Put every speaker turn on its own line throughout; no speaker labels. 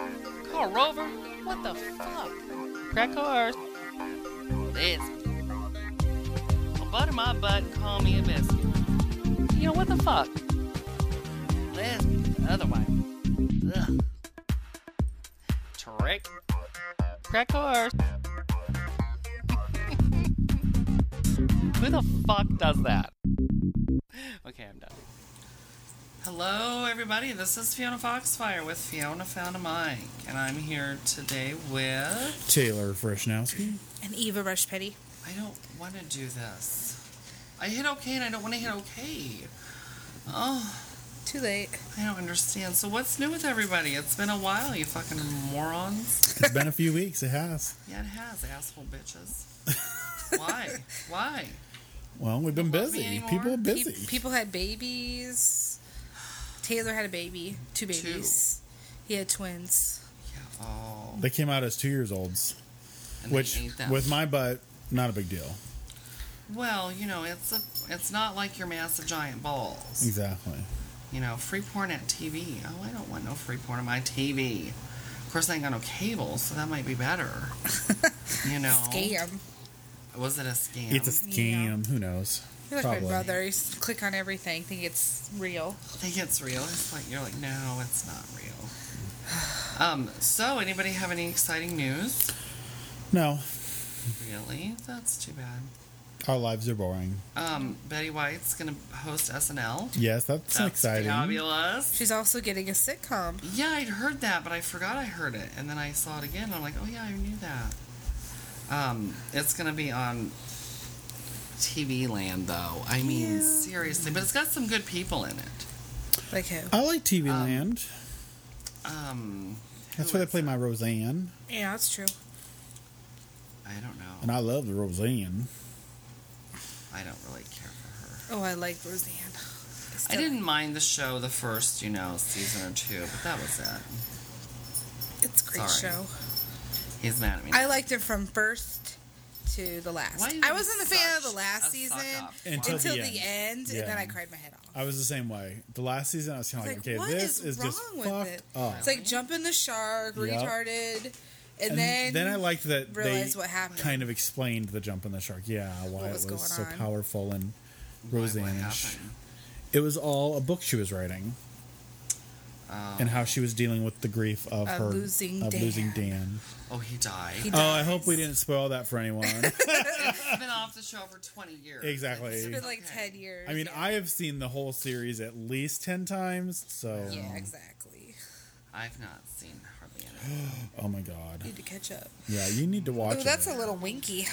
a rover? What the fuck? Crack cars. This. Well, butter my butt and call me a biscuit. You know what the fuck? Lesbian, the other way. Ugh. Trick. Crack cars. Who the fuck does that? Okay, I'm done. Hello, everybody. This is Fiona Foxfire with Fiona Found a Mic, and I'm here today with.
Taylor Freshnowski.
And Eva Rush Petty.
I don't want to do this. I hit okay, and I don't want to hit okay. Oh,
Too late.
I don't understand. So what's new with everybody? It's been a while, you fucking morons.
It's been a few weeks. It has.
Yeah, it has, asshole bitches. Why? Why?
Well, we've been
Don't love me
busy.
anymore.
People are
Pe-
busy.
people had babies. Taylor had a baby. Two babies. He had twins.
Yeah. Oh.
they came out as two years olds,
and they
which
ate them.
with my butt, not a big deal.
well, you know, it's a, it's not like your massive giant balls.
Exactly.
You know, free porn at TV. Oh, I don't want no free porn on my TV. Of course, I ain't got no cable, so that might be better. you know,
Scam.
was it a scam?
It's a scam. Who knows?
You're like
Probably.
my brother. He used to click on everything, think it's real.
I think it's real. It's like you're like, no, it's not real. Um. So, anybody have any exciting news?
No,
Really? That's too bad.
our lives are boring.
Um, Betty White's gonna host SNL.
Yes, that's,
That's
exciting.
Fabulous.
She's also getting a sitcom.
Yeah, I'd heard that, but I forgot I heard it, and then I saw it again. And I'm like, oh yeah, I knew that. Um, it's gonna be on TV Land, though. I mean, seriously, but it's got some good people in it.
Like who?
I like TV Land.
Um,
That's
who
where
is
they play
it?
my Roseanne,
Yeah, that's true.
I don't know.
and I love the Roseanne.
I don't really care for her.
Oh, I like Roseanne.
I didn't mind the show the first, you know, season or two, but that was it.
It's a great
Sorry.
show.
He's mad at me.
I liked it from first to the last.
Why is
I
he
wasn't a fan of
such
the last
a
season
suck-up?
Until
until,
the
the
end.
end,
Yeah.
and then I cried my head off.
I was the same way. The last season, I was kind of
It's
like,
like,
okay,
what
this
is
is, just
wrong with
fucked
it?
up.
It's like jumping the shark,
Yep.
retarded, and,
And
then
I liked that they
realized what happened.
kind of explained the jump in the shark. Yeah, why
was
it
going
was so
on.
powerful and
Why, what
Roseanne-ish.
happened?
It was all a book she was writing
Oh.
and how she was dealing with the grief of
Of
her
losing
of losing
Dan.
Dan.
Oh, he died.
He
Oh, I
dies.
hope we didn't spoil that for anyone.
I've been off the show for 20 years.
It's
exactly.
been like
Okay.
ten years.
I mean,
yeah.
I have seen the whole series at least ten times. So,
yeah, exactly.
I've not seen hardly any.
oh my god,
Need to catch up.
yeah, you need to watch.
Oh, that's
it.
a little winky.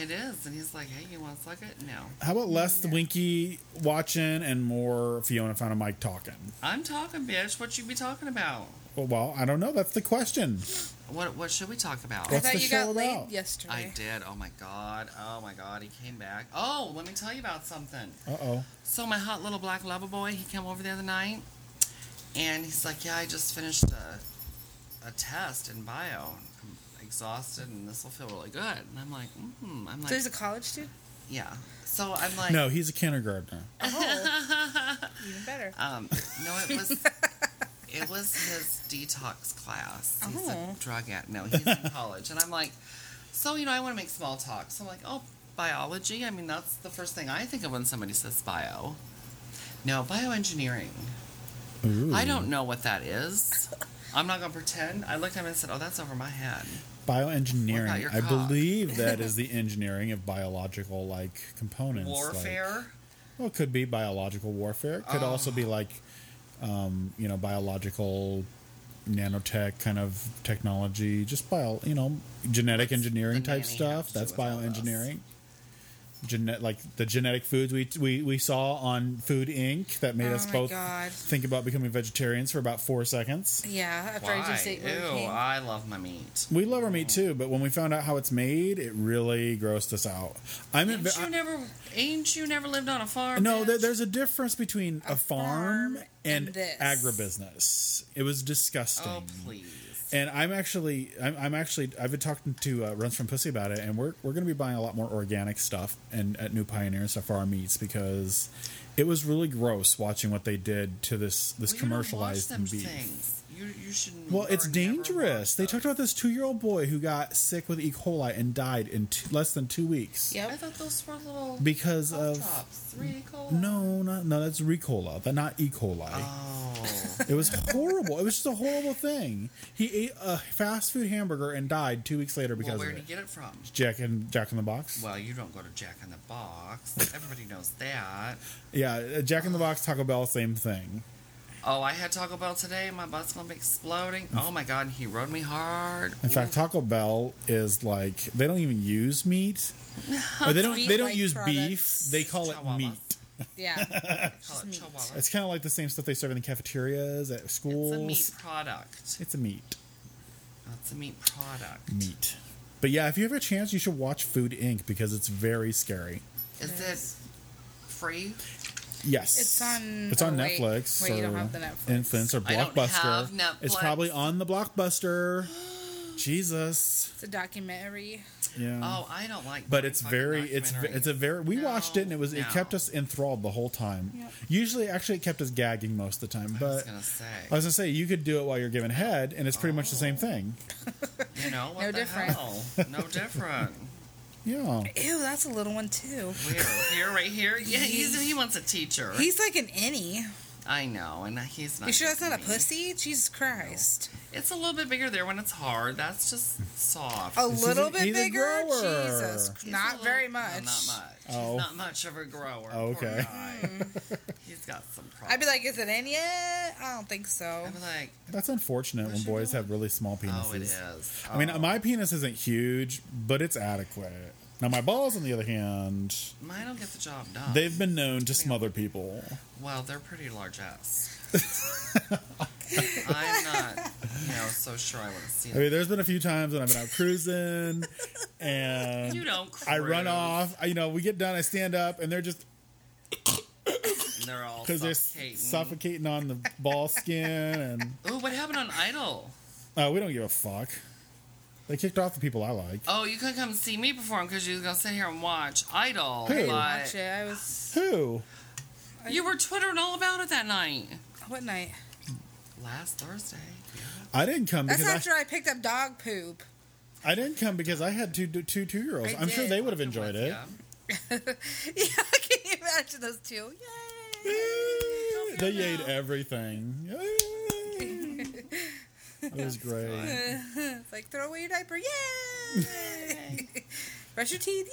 It is, and he's like, "Hey, you want to suck it?" No,
How about less Winky watching and more Fiona found a mic talking?
I'm talking, bitch. What you be talking about?
Well, well, I don't know. That's the question.
What What should we talk about?
I
What's
thought
the
you
show
got
about?
laid
I
yesterday.
did. Oh my god. Oh my god. He came back. Oh, let me tell you about something.
Uh oh.
So my hot little black lover boy, he came over the other night, and he's like, "Yeah, I just finished a, a test in bio. I'm exhausted, and this will feel really good." And I'm like, "Hmm." I'm
So
like,
he's a college student.
"Yeah." So I'm like,
No, he's a kindergartner.
Oh, even better.
Um, no, it was it was his detox class. He's
Oh.
a drug addict. No, he's in college, and I'm like, so you know, I want to make small talk. So I'm like, oh, biology. I mean, that's the first thing I think of when somebody says bio. No, bioengineering.
Ooh.
I don't know what that is. I'm not gonna pretend. I looked at him and said, "Oh, that's over my head." What about
Bioengineering.
your
I
cock?
believe that is the engineering of biological like components. like-
Warfare.
well, it could be biological warfare. It could also be like, um, you know, biological nanotech kind of technology. Just bio, you know, genetic
What's
engineering
the
type
nanny have
stuff.
to do
That's
with all this?
bioengineering. Genet like the genetic foods we, we we saw on Food Inc. that made
Oh
us
my
both
God.
think about becoming vegetarians for about four seconds.
Yeah, after I just
Why?
ate Burger
Ew,
King.
I love my meat.
We love our meat too, but when we found out how it's made, it really grossed us out. I'm a,
Ain't you
I,
never? Ain't you never lived on a farm?
no, there,
bitch?
there's a difference between a, farm,
farm
and,
and this.
agribusiness. It was disgusting.
Oh please.
And I'm actually, I'm, I'm actually, I've been talking to uh, Runs from Pussy about it, and we're we're going to be buying a lot more organic stuff and at New Pioneer and stuff for our meats because It was really gross watching what they did to this this
Well, you don't watch
commercialized
them
beef.
Things. You you shouldn't.
Well, it's
never watch
dangerous. They
them.
talked about this two-year-old boy who got sick with E. coli and died in two, less than two weeks
I
Yep.
thought those were little
because
cough
of
drops. Three cold.
no, not no. That's Ricola, but not E. coli.
Oh.
It was horrible. it was just a horrible thing. He ate a fast food hamburger and died two weeks later
well,
because
where
of
did
it.
you get it from?
Jack and Jack in the Box.
Well, you don't go to Jack in the Box. Everybody knows that.
Yeah, uh, Jack in the Box, Taco Bell, same thing.
Oh, I had Taco Bell today. My butt's gonna be exploding. Oh my god, he rode me hard.
In fact, Taco Bell is like they don't even use meat. Or they don't. They don't
Meat-like
use beef.
products.
They call it
Chihuahuas.
meat.
Yeah.
They call
Just
it
meat.
chihuahua.
It's kind of like the same stuff they serve in the cafeterias at
It's
schools.
a meat product.
It's a meat.
It's a meat product.
Meat. But yeah, if you have a chance, you should watch Food Inc. because it's very scary.
Is
Yes.
it free?
Yes,
It's on-
It's on
oh, wait.
Netflix.
Wait, you don't
or
have the Netflix.
Infants or
I don't
Blockbuster.
have Netflix.
It's probably on the Blockbuster. Jesus.
It's a documentary.
Yeah.
Oh, I don't like.
Mm. but it's
fucking
very it's ve-
documentaries.
it's a very we
No,
watched it and it was it
no.
kept us enthralled the whole time
Yep.
usually actually it kept us gagging most of the time
I was
but
gonna say.
i was gonna say you could do it while you're giving head and it's pretty much the
Oh.
same thing
you know what
No
the
different.
hell? No different.
yeah
Ew, that's a little one too.
We're here, right here. Yeah, he's, he wants a teacher.
He's like an any.
I know, and he's not.
You sure that's not a
me.
pussy? Jesus Christ.
It's a little bit bigger there when it's hard. That's just soft.
A
This
little
isn't-
bit
he's a
bigger?
grower.
Jesus.
He's
He's a
Oh, not
little-
very
no,
much.
not much.
Oh.
He's not much of a grower.
Oh,
Poor
okay.
guy. He's got some problems.
Mm. I'd be like, is it in yet? I don't think so.
I'd be like,
that's unfortunate when
What's she
boys
doing?
have really small penises
oh, it is.
i mean
Oh.
my penis isn't huge but it's adequate now my balls on the other hand
mine will get the job done.
they've been known to smother people
Well, they're pretty large ass. I'm not, you know, so sure I want to see
i
them.
mean there's been a few times when i've been out cruising and
You don't. Cruise.
I run off. I, you know, we get done. I stand up, and they're just
and They're all
because they're
suffocating.
suffocating on the ball skin, and
Ooh, what happened on Idol?
uh, we don't give a fuck. They kicked off the people I like.
Uh,
Oh, you couldn't come see me perform because you was gonna sit here and watch Idol.
Who?
but
Watch it. I was.
Who?
You were twittering all about it that night.
What night?
Last Thursday.
I didn't come
That's
because I,
after I picked up dog poop.
I didn't come because I had two two two year olds.
I
I'm sure
did.
they would have enjoyed it.
Yeah.
Yeah, can you imagine those two? Yay!
Yay! They
feel
ate
now.
everything. Yay! It was great.
it's like throw away your diaper. Yay! Brush your teeth.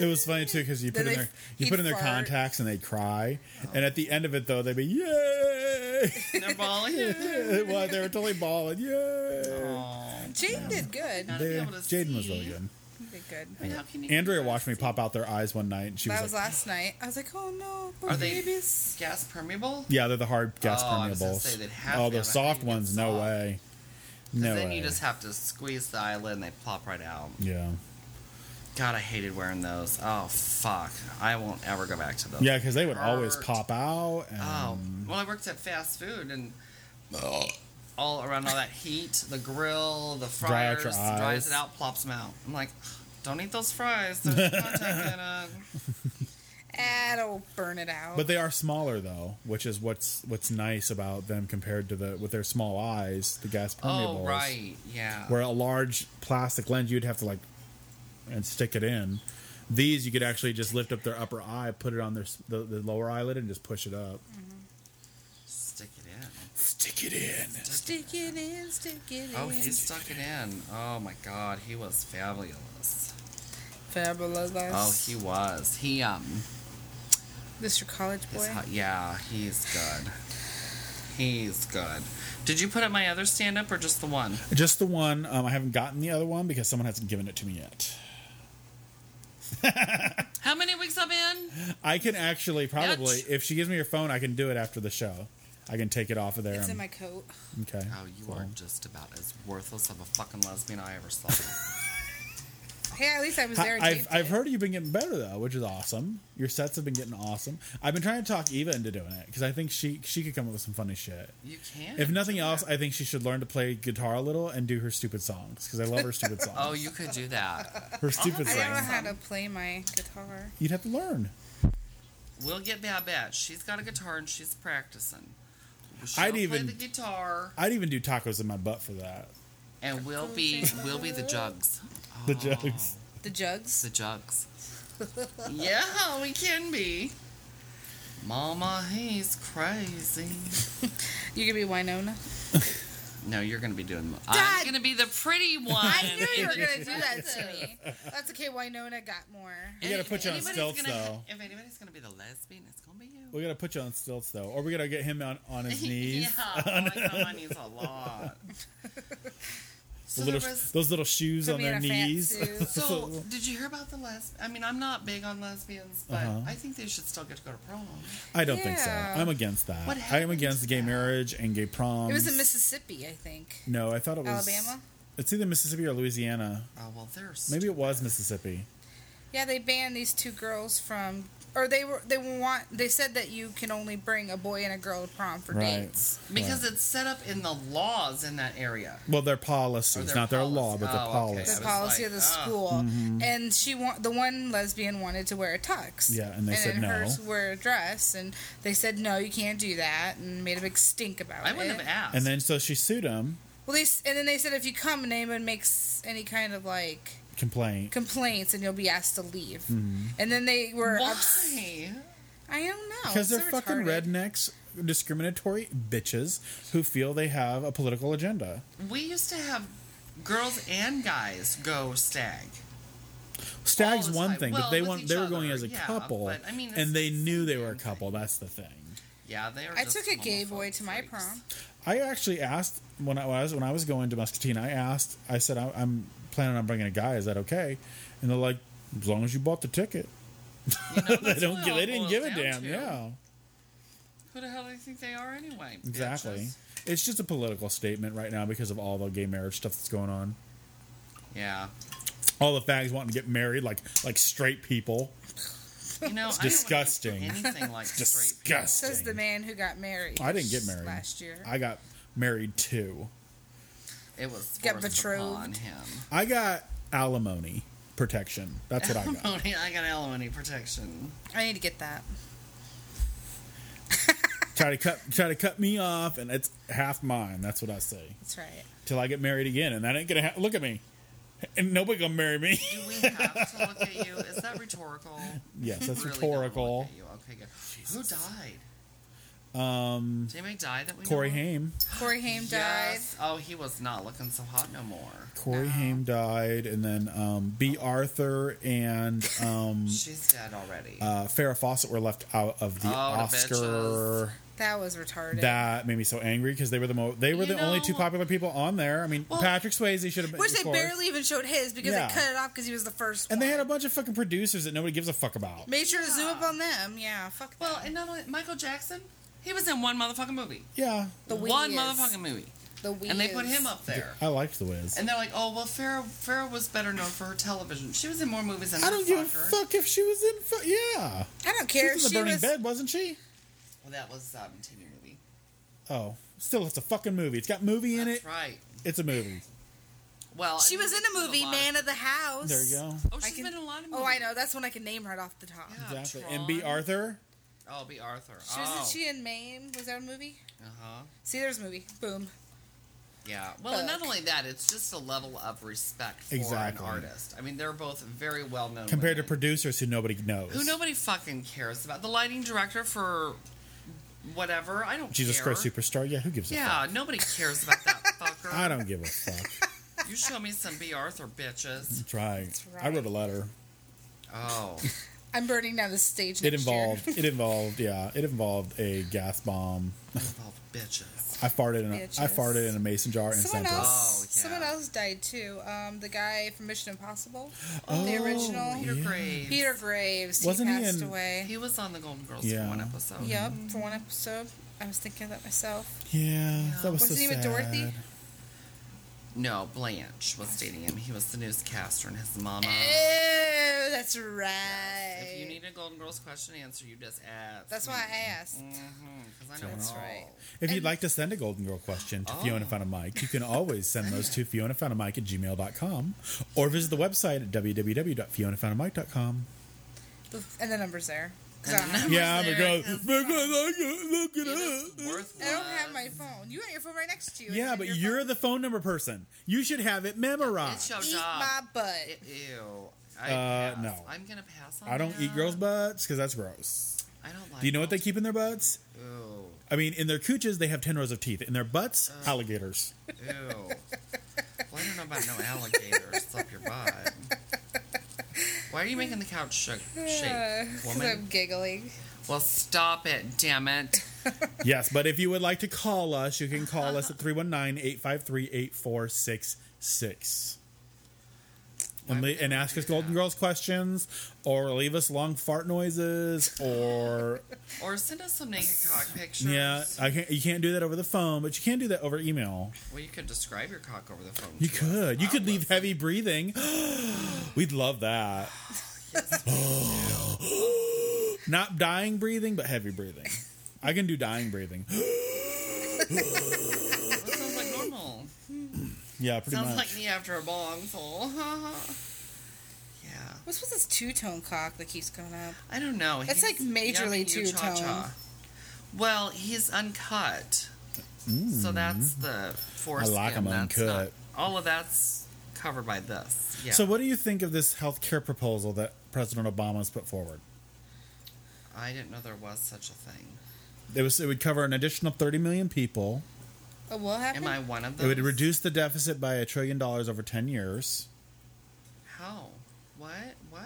Yay!
It was funny too because you
Then
put in
they-
their you
he'd
put in their
fart.
contacts and they cry,
Oh.
and at the end of it though they'd be yay.
They're balling. Yeah.
well, they were totally balling. Yay!
Aw.
Jaden did good.
Not-
He
to be
They-
able to
Jaden was
see.
really good.
did good.
I mean, how can you
Andrea
do
watched me
that?
pop out their eyes one night, and she
That
was
was
like,
last night. I was like, oh no, poor
Are they-
babies.
Gas permeable?
"Yeah, they're the hard gas
Oh, I was gonna say they'd
permeables.
have
Oh,
to
the
have a pretty
soft
good
ones, no
soft.
way,
'Cause
no
then
way.
you just have to squeeze the eyelid and they plop right out.
yeah,
God, I hated wearing those. Oh fuck, I won't ever go back to those.
yeah, because they would always
Hurt.
pop out. And,
Oh
Um,
well, I worked at fast food and
Oh.
all around all that heat, the grill, the
Dry out
fryers,
your
dries
eyes.
it out, plops them out. I'm like, don't eat those fries. There's contact in it.
Ah, it'll burn it out.
But they are smaller though, which is what's what's nice about them compared to the with their small eyes, the gas permeables.
Oh right, yeah.
Where a large plastic lens, you'd have to like and stick it in. These you could actually just lift up their upper eye, put it on their s- the, the lower eyelid, and just push it up.
Stick it in.
Stick it in.
stick it in, stick it in.
Oh, he stuck it in. Oh my god, he was fabulous.
fabulous.
Oh, he was. He um,
This your college
It's
boy?
hot- yeah, he's good. He's good. Did you put up my other stand up or just the one?
Just the one. Um, I haven't gotten the other one because someone hasn't given it to me yet.
How many weeks I'm in?
I can actually probably,
Yet?
if she gives me her phone, I can do it after the show. I can take it off of there.
It's in
and-
my coat.
okay.
Oh, you are just about as worthless of a fucking lesbian I ever saw.
Hey, at least I was there.
I-
and
I've,
taped
I've
it.
heard you've been getting better though, which is awesome. Your sets have been getting awesome. I've been trying to talk Eva into doing it because I think she she could come up with some funny shit.
You can.
If nothing else, I think she should learn to play guitar a little and do her stupid songs because I love her stupid songs.
Oh, you could do that.
her stupid
I don't know
songs.
how to play my guitar.
You'd have to learn.
We'll get Babette. She's got a guitar and she's practicing. She'll
I'd
play
even-
the guitar,
I'd even do tacos in my butt for that.
and we'll be we'll be the jugs. Oh,
The jugs.
The jugs.
The jugs. yeah, we can be. Mama, he's crazy.
You're gonna be Winona.
No, you're gonna be doing. mo-
Dad!
I'm gonna be the pretty one.
I knew you were gonna do that to me. That's okay. Winona got more.
We gotta put you on
Anybody's
stealth,
gonna-
though.
If anybody's gonna be the lesbian, it's gonna be you.
We gotta put you on stilts though, or we gotta get him on on his knees.
yeah, oh, I go on my knees a lot.
The
so
little-
there was,
those little shoes
Put
on
me
their
in a fat
knees.
suit.
so did you hear about the lesb? I mean, I'm not big on lesbians, but
Uh-huh.
I think they should still get to go to prom. Oh,
I don't think so.
Yeah.
I'm against that.
What
I am
happened
against
to
gay
that?
marriage and gay proms.
It was in Mississippi, I think.
No, I thought it was
Alabama?
It's either Mississippi or Louisiana.
Oh well, there's
Maybe it was Mississippi.
Yeah, they banned these two girls from, or they were they want they said that you can only bring a boy and a girl to prom for
Right.
dates.
because it's set up in the laws in that area.
Well, their
Or
policies,
their
not their law,
policy.
but their
Oh, okay.
policy.
The
I was
policy
like,
of the
ah.
school,
Mm-hmm.
and she want the one lesbian wanted to wear a tux.
Yeah, and they said
then
no.
Hers wear a dress, and they said no, you can't do that, and made a big stink about
I
it.
wouldn't have asked.
And then so she sued him.
Well, they s- and then they said if you come and anyone makes any kind of like
Complaint.
complaints, and you'll be asked to leave.
Mm-hmm.
And then they were
why?
ups- I don't know
Because
It's
they're
so
fucking
retarded.
rednecks, discriminatory bitches who feel they have a political agenda.
We used to have girls and guys go stag.
Stag's
All the
one
time.
thing,
Well,
but they
with
want
each
they were
other,
going as a
yeah,
couple,
but, I mean, it's
and they
the
knew they
same
were a
thing.
couple. That's the thing.
Yeah, they are.
I
just
took a gay
homophobe
boy to my
freaks.
prom.
I actually asked when I was when I was going to Muscatine. I asked. I said, I, "I'm planning on bringing a guy. Is that okay?" And they're like, "As long as you bought the ticket."
You know,
They
that's
don't.
what
Give,
it all
they didn't
boils
give a
down
damn.
to.
Yeah,
Who the hell do you think they are anyway?
exactly.
bitches?
It's just a political statement right now because of all the gay marriage stuff that's going on.
Yeah.
All the fags wanting to get married, like like straight people.
You know, it's
disgusting.
Anything like straight. people.
Disgusting.
Says the man who got married.
I didn't get married
last year.
I got married too.
It was
Got
forced
betrothed.
upon him.
I got alimony protection. That's what I got.
Alimony, Oh, I got alimony protection.
I need to get that.
try to cut try to cut me off and it's half mine that's what i say
That's right.
till i get married again and that ain't gonna ha- look at me and nobody gonna marry me
Do we have to look at you? Is that rhetorical?
yes that's
Really don't look
rhetorical
at you. Okay, good. Who died? Um, Did anybody die that we know
corey
of?
haim
Corey Haim died.
Yes. Oh, he was not looking so hot no more.
corey haim died and then um, b arthur and um,
She's dead already.
uh, farrah fawcett were left out of the
Oh, the
oscar
That was retarded.
that made me so angry because they were the mo- they were
You
the only
know-
two popular people on there i mean
Well-
patrick swayze should have been
Which
of
they
course.
barely even showed his because
Yeah.
they cut it off because he was the first.
and they had a
one.
bunch of fucking producers that nobody gives a fuck about
made sure to zoom up on them. Yeah, fuck.
well,
them.
and not only Michael Jackson, he was in one motherfucking movie.
yeah
the
one
Wiz.
motherfucking movie,
The Wiz.
and they put him up there.
i liked the wiz
And they're like, oh well, Farrah Farrah was better known for her television. She was in more movies than
I don't give a
fucker.
fuck if she was in. Fu- yeah,
I don't
she
care.
was in the burning
was,
bed, wasn't she?
Well, that was um, TV movie.
Oh, still, it's a fucking movie. It's got movie in
That's
it.
right.
It's a movie.
Well, I
She
mean,
was in
she's
a movie,
lot
Man
Of,
of the House.
There you go.
oh,
I
she's
can-
been in a lot of movies.
Oh, I know. That's one I can name right off the top.
Yeah.
Exactly.
Tron.
And B. Arthur.
Oh, be Arthur.
She was
oh.
not she in Maine. Was that a movie?
Uh huh.
See, there's a movie. Boom.
Yeah. Well, and not
Fuck.
only that, it's just a level of respect for
Exactly.
an artist. I mean, they're both very well known.
Compared to producers who nobody knows.
who nobody fucking cares about, the lighting director for whatever. I don't.
Jesus
care.
Christ Superstar. Yeah, who gives a fuck?
Yeah, nobody cares about that fucker.
I don't give a fuck.
You show me some B. Arthur bitches.
That's right.
right.
I wrote a letter.
Oh,
I'm burning down the stage.
It
next
involved.
Year.
It involved. Yeah, it involved a gas bomb.
involved bitches.
I farted in. A, I
Bitches.
farted in a mason jar and
Someone
sent it.
else.
Oh, yeah.
Someone else died too. Um, the guy from Mission Impossible,
Oh,
the original
Peter Graves.
Peter Graves. He
Wasn't he
passed
in-
away.
He was on the Golden Girls
Yeah.
for one episode.
Yep, for one episode. I was thinking of that myself.
Yeah, that was
What's
so
his name?
sad.
Oh, Dorothy.
No, Blanche was dating him. He was the newscaster and his mama.
Oh, that's
If you
right.
need a Golden Girls question answer, you just ask.
That's why I asked.
Mm. Because I know
That's
it's right.
right.
If you'd
And-
like to send a Golden Girl question to
Oh.
Fiona Found a Mike, you can always send those to FionaFoundAMike at gmail.com or visit the website at www.fionafoundamike.com.
And the number's there. 'Cause I don't have-
Yeah,
There
because,
it is.
because I can't look it
It is
up.
worthless.
I don't have my phone. You got your phone right next to you.
Yeah,
It's
but
your
you're
phone.
the phone number person. You should have it
It
memorized.
showed
eat
up.
my butt.
Ew. I
Uh,
pass.
no.
I'm gonna pass on.
I don't
that.
eat girls' butts because that's gross.
I don't like.
Do you know what they
girls-
keep in their butts?
Ew.
I mean, in their cooches, they have 10 rows of teeth. In their butts, alligators.
Ew. well, I don't know about no alligators up your butt. Why are you making the couch sh-
Uh,
shake,
'cause I'm
woman?
giggling.
Well, stop it, damn it.
yes, but if you would like to call us, you can call us at 319 853 8466. And, le- and ask us Golden Girls questions, or leave us long fart noises, or
Or send us some naked cock pictures.
yeah, I can't. You can't do that over the phone, but you can do that over email.
Well, you could describe your cock over the phone.
You
to us.
could. You
I
could
would
leave heavy breathing. We'd love that. Not dying breathing, but heavy breathing. I can do dying breathing.
That sounds like normal.
Yeah, pretty
sounds
much.
like me after a bong full. yeah.
What's with this two-tone cock that keeps coming up?
I don't know.
That's, like, majorly
yummy, you
two-tone.
cha-cha. Well, he's uncut. So that's the foreskin.
Mm. like 'em
that's
uncut.
not- all of that's covered by this. Yeah.
So, what do you think of this health care proposal that President Obama's put forward?
I didn't know there was such a thing.
It was. It would cover an additional 30 million people.
Oh, what happened?
Am I one of
It
them?
would reduce the deficit by a trillion dollars over 10 years.
How? What? What?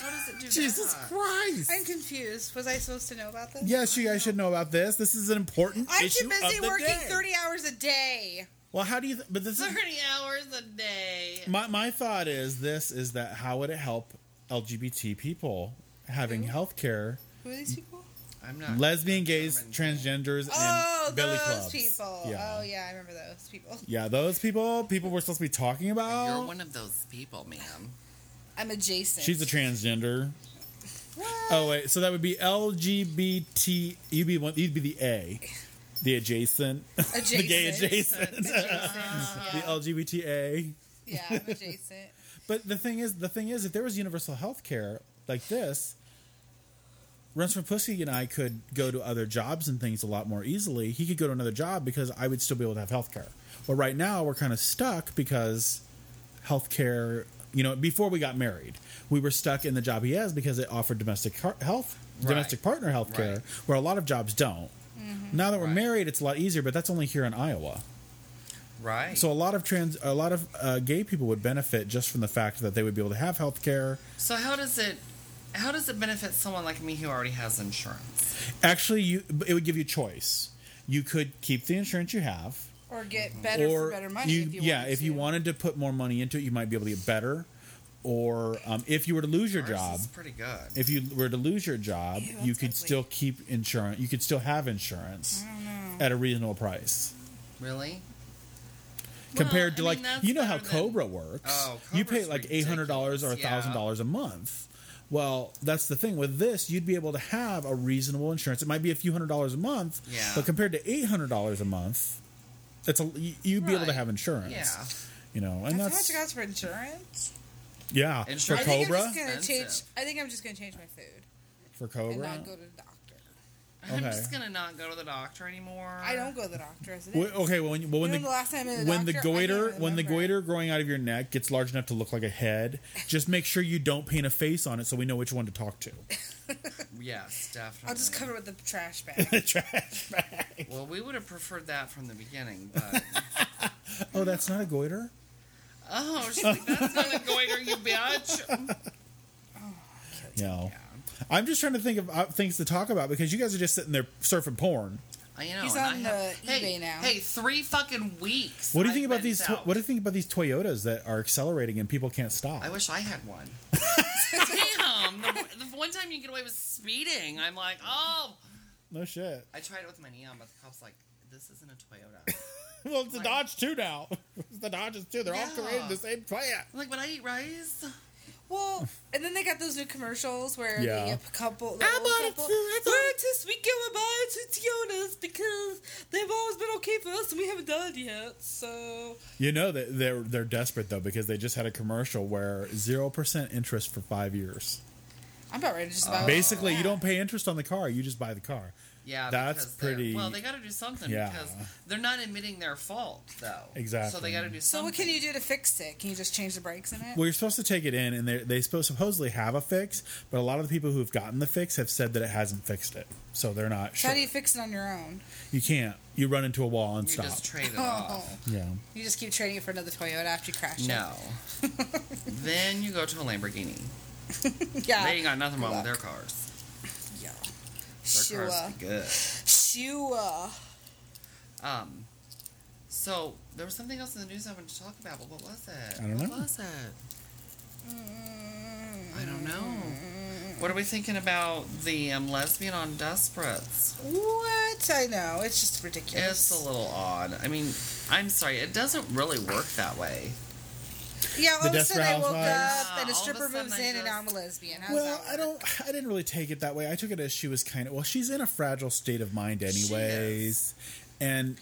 How does it do
Jesus
that?
Christ!
I'm confused. Was I supposed to know about this?
yes, you guys should know about this. This is an important
I'm
issue
too busy
of the
working
day.
30 hours a day.
Well, how do you? Th- but this is
Thirty hours a day.
My my thought is this is that how would it help LGBT people having health care?
Who are these people?
I'm not
Lesbian, gays,
determined.
transgenders,
Oh,
and belly
those
clubs.
people.
Yeah.
Oh, yeah, I remember those people.
Yeah, those people, people we're supposed to be talking
You're
about.
one of those people, ma'am.
I'm adjacent.
She's a transgender.
What?
Oh wait, so that would be LGBT. You'd be one. You'd be the A, the adjacent, the gay adjacent, the
Yeah.
LGBTA.
yeah, I'm adjacent.
But the thing is, the thing is, if there was universal health care like this, Runs from Pussy and I could go to other jobs and things a lot more easily. He could go to another job because I would still be able to have health care. But right now, we're kind of stuck because health care, you know, before we got married, we were stuck in the job he has because it offered domestic har- health,
Right.
domestic partner health care,
Right. Mm-hmm.
where a lot of jobs don't. Now that we're
Right.
married, it's a lot easier, but that's only here in Iowa.
Right.
So a lot of trans, a lot of uh, gay people would benefit just from the fact that they would be able to have health care.
So how does it how does it benefit someone like me who already has insurance?
Actually, you it would give you choice. You could keep the insurance you have,
Or get better
Mm-hmm. or
for better money
you-
if you
yeah,
wanted
if you
to.
wanted to put more money into it, you might be able to get better. Or um, if you were to lose your
Ours
job,
is pretty good.
if you were to lose your job,
Ew,
you
that's
could
ugly.
still keep insurance. You could still have insurance at a reasonable price.
Really?
compared to
I mean,
like
that's
you know how
better than-
Cobra works.
Oh,
you pay
Cobra's
like eight hundred dollars or
ridiculous, yeah.
thousand dollars a month. Well, that's the thing. With this, you'd be able to have a reasonable insurance. It might be a few hundred dollars a month,
Yeah.
but compared to eight hundred dollars a month, it's a you- you'd be able to
Right.
have insurance.
Yeah.
You know, and
That's
that's,
how much it costs for insurance.
yeah for
Insurance-
I think I'm
Cobra
just gonna change.
Expensive.
I think I'm just gonna change my food
for
and
Cobra.
not go to the doctor.
I'm
Okay.
just gonna not go to the doctor anymore.
I don't go to the doctor. As it
Wh-
is.
okay, well when, well, when
You know
the,
the last time I went to the
when the
doctor, I didn't
goiter
even
when the
remember.
goiter growing out of your neck gets large enough to look like a head, just make sure you don't paint a face on it so we know which one to talk to.
Yes, definitely.
I'll just cover it with the trash bag.
Trash bag.
Well, we would have preferred that from the beginning, but
Oh, that's not a goiter.
oh, she's like, that's not a goiter, you bitch.
No,
Yeah.
I'm just trying to think of uh, things to talk about because you guys are just sitting there surfing porn.
I know.
He's
and
on
I have,
the
hey,
eBay now.
Hey, three fucking weeks.
What do you
I've
think about
been
these? To-
out.
what do you think about these Toyotas that are accelerating and people can't stop?
I wish I had one. Damn! The, the one time you get away with speeding, I'm like, oh.
no shit.
I tried it with my neon, but the cop's like, this isn't a Toyota.
Well, it's the Dodge too now. It's the Dodges too. They're
Yeah.
all created the same plant.
I'm like, but I eat rice.
Well, and then they got those new commercials where
Yeah.
the couple. The
I
old
bought a
couple,
two- I bought-
We're just we go and buy two Tionas because they've always been okay for us and we haven't done it yet. So
You know that they're they're desperate though because they just had a commercial where zero percent interest for five years.
I'm about ready to just
Oh.
buy.
Uh, Basically, you don't pay interest on the car; you just buy the car.
Yeah,
That's
because they're-
pretty-
Well, they got to do something
Yeah.
because they're not admitting their fault though. So
Exactly.
they got to do something.
So what can you do to fix it? Can you just change the brakes in it?
Well, you're supposed to take it in, and they they supposed supposedly have a fix, but a lot of the people who have gotten the fix have said that it hasn't fixed it, so they're not
So
sure.
How do you fix it on your own?
You can't. You run into a wall and
You
stop.
just trade it
Oh,
off.
yeah.
you just keep trading it for another Toyota after you crash
No. then you go to a Lamborghini.
it. Yeah.
they ain't got nothing
Ah,
wrong with
good luck.
their cars.
Yeah.
Their cars
Shua.
be good.
Shua.
Um, so there was something else in the news I wanted to talk about, but what was it?
I don't
what
know.
was it? I don't know. What are we thinking about the um, lesbian on Desperates?
What? I know. It's just
It's
ridiculous.
a little odd. I mean, I'm sorry, it doesn't really work that way.
yeah, all
The
of a
Desperate
sudden I woke
Housewives.
up and
Yeah,
a
Ah, all of a
stripper
sudden
moves
I
in and
just-
I'm a lesbian. How's
Well,
that
I don't. I didn't really take it that way. I took it as she was kind of. Well, she's in a fragile state of mind, anyways, and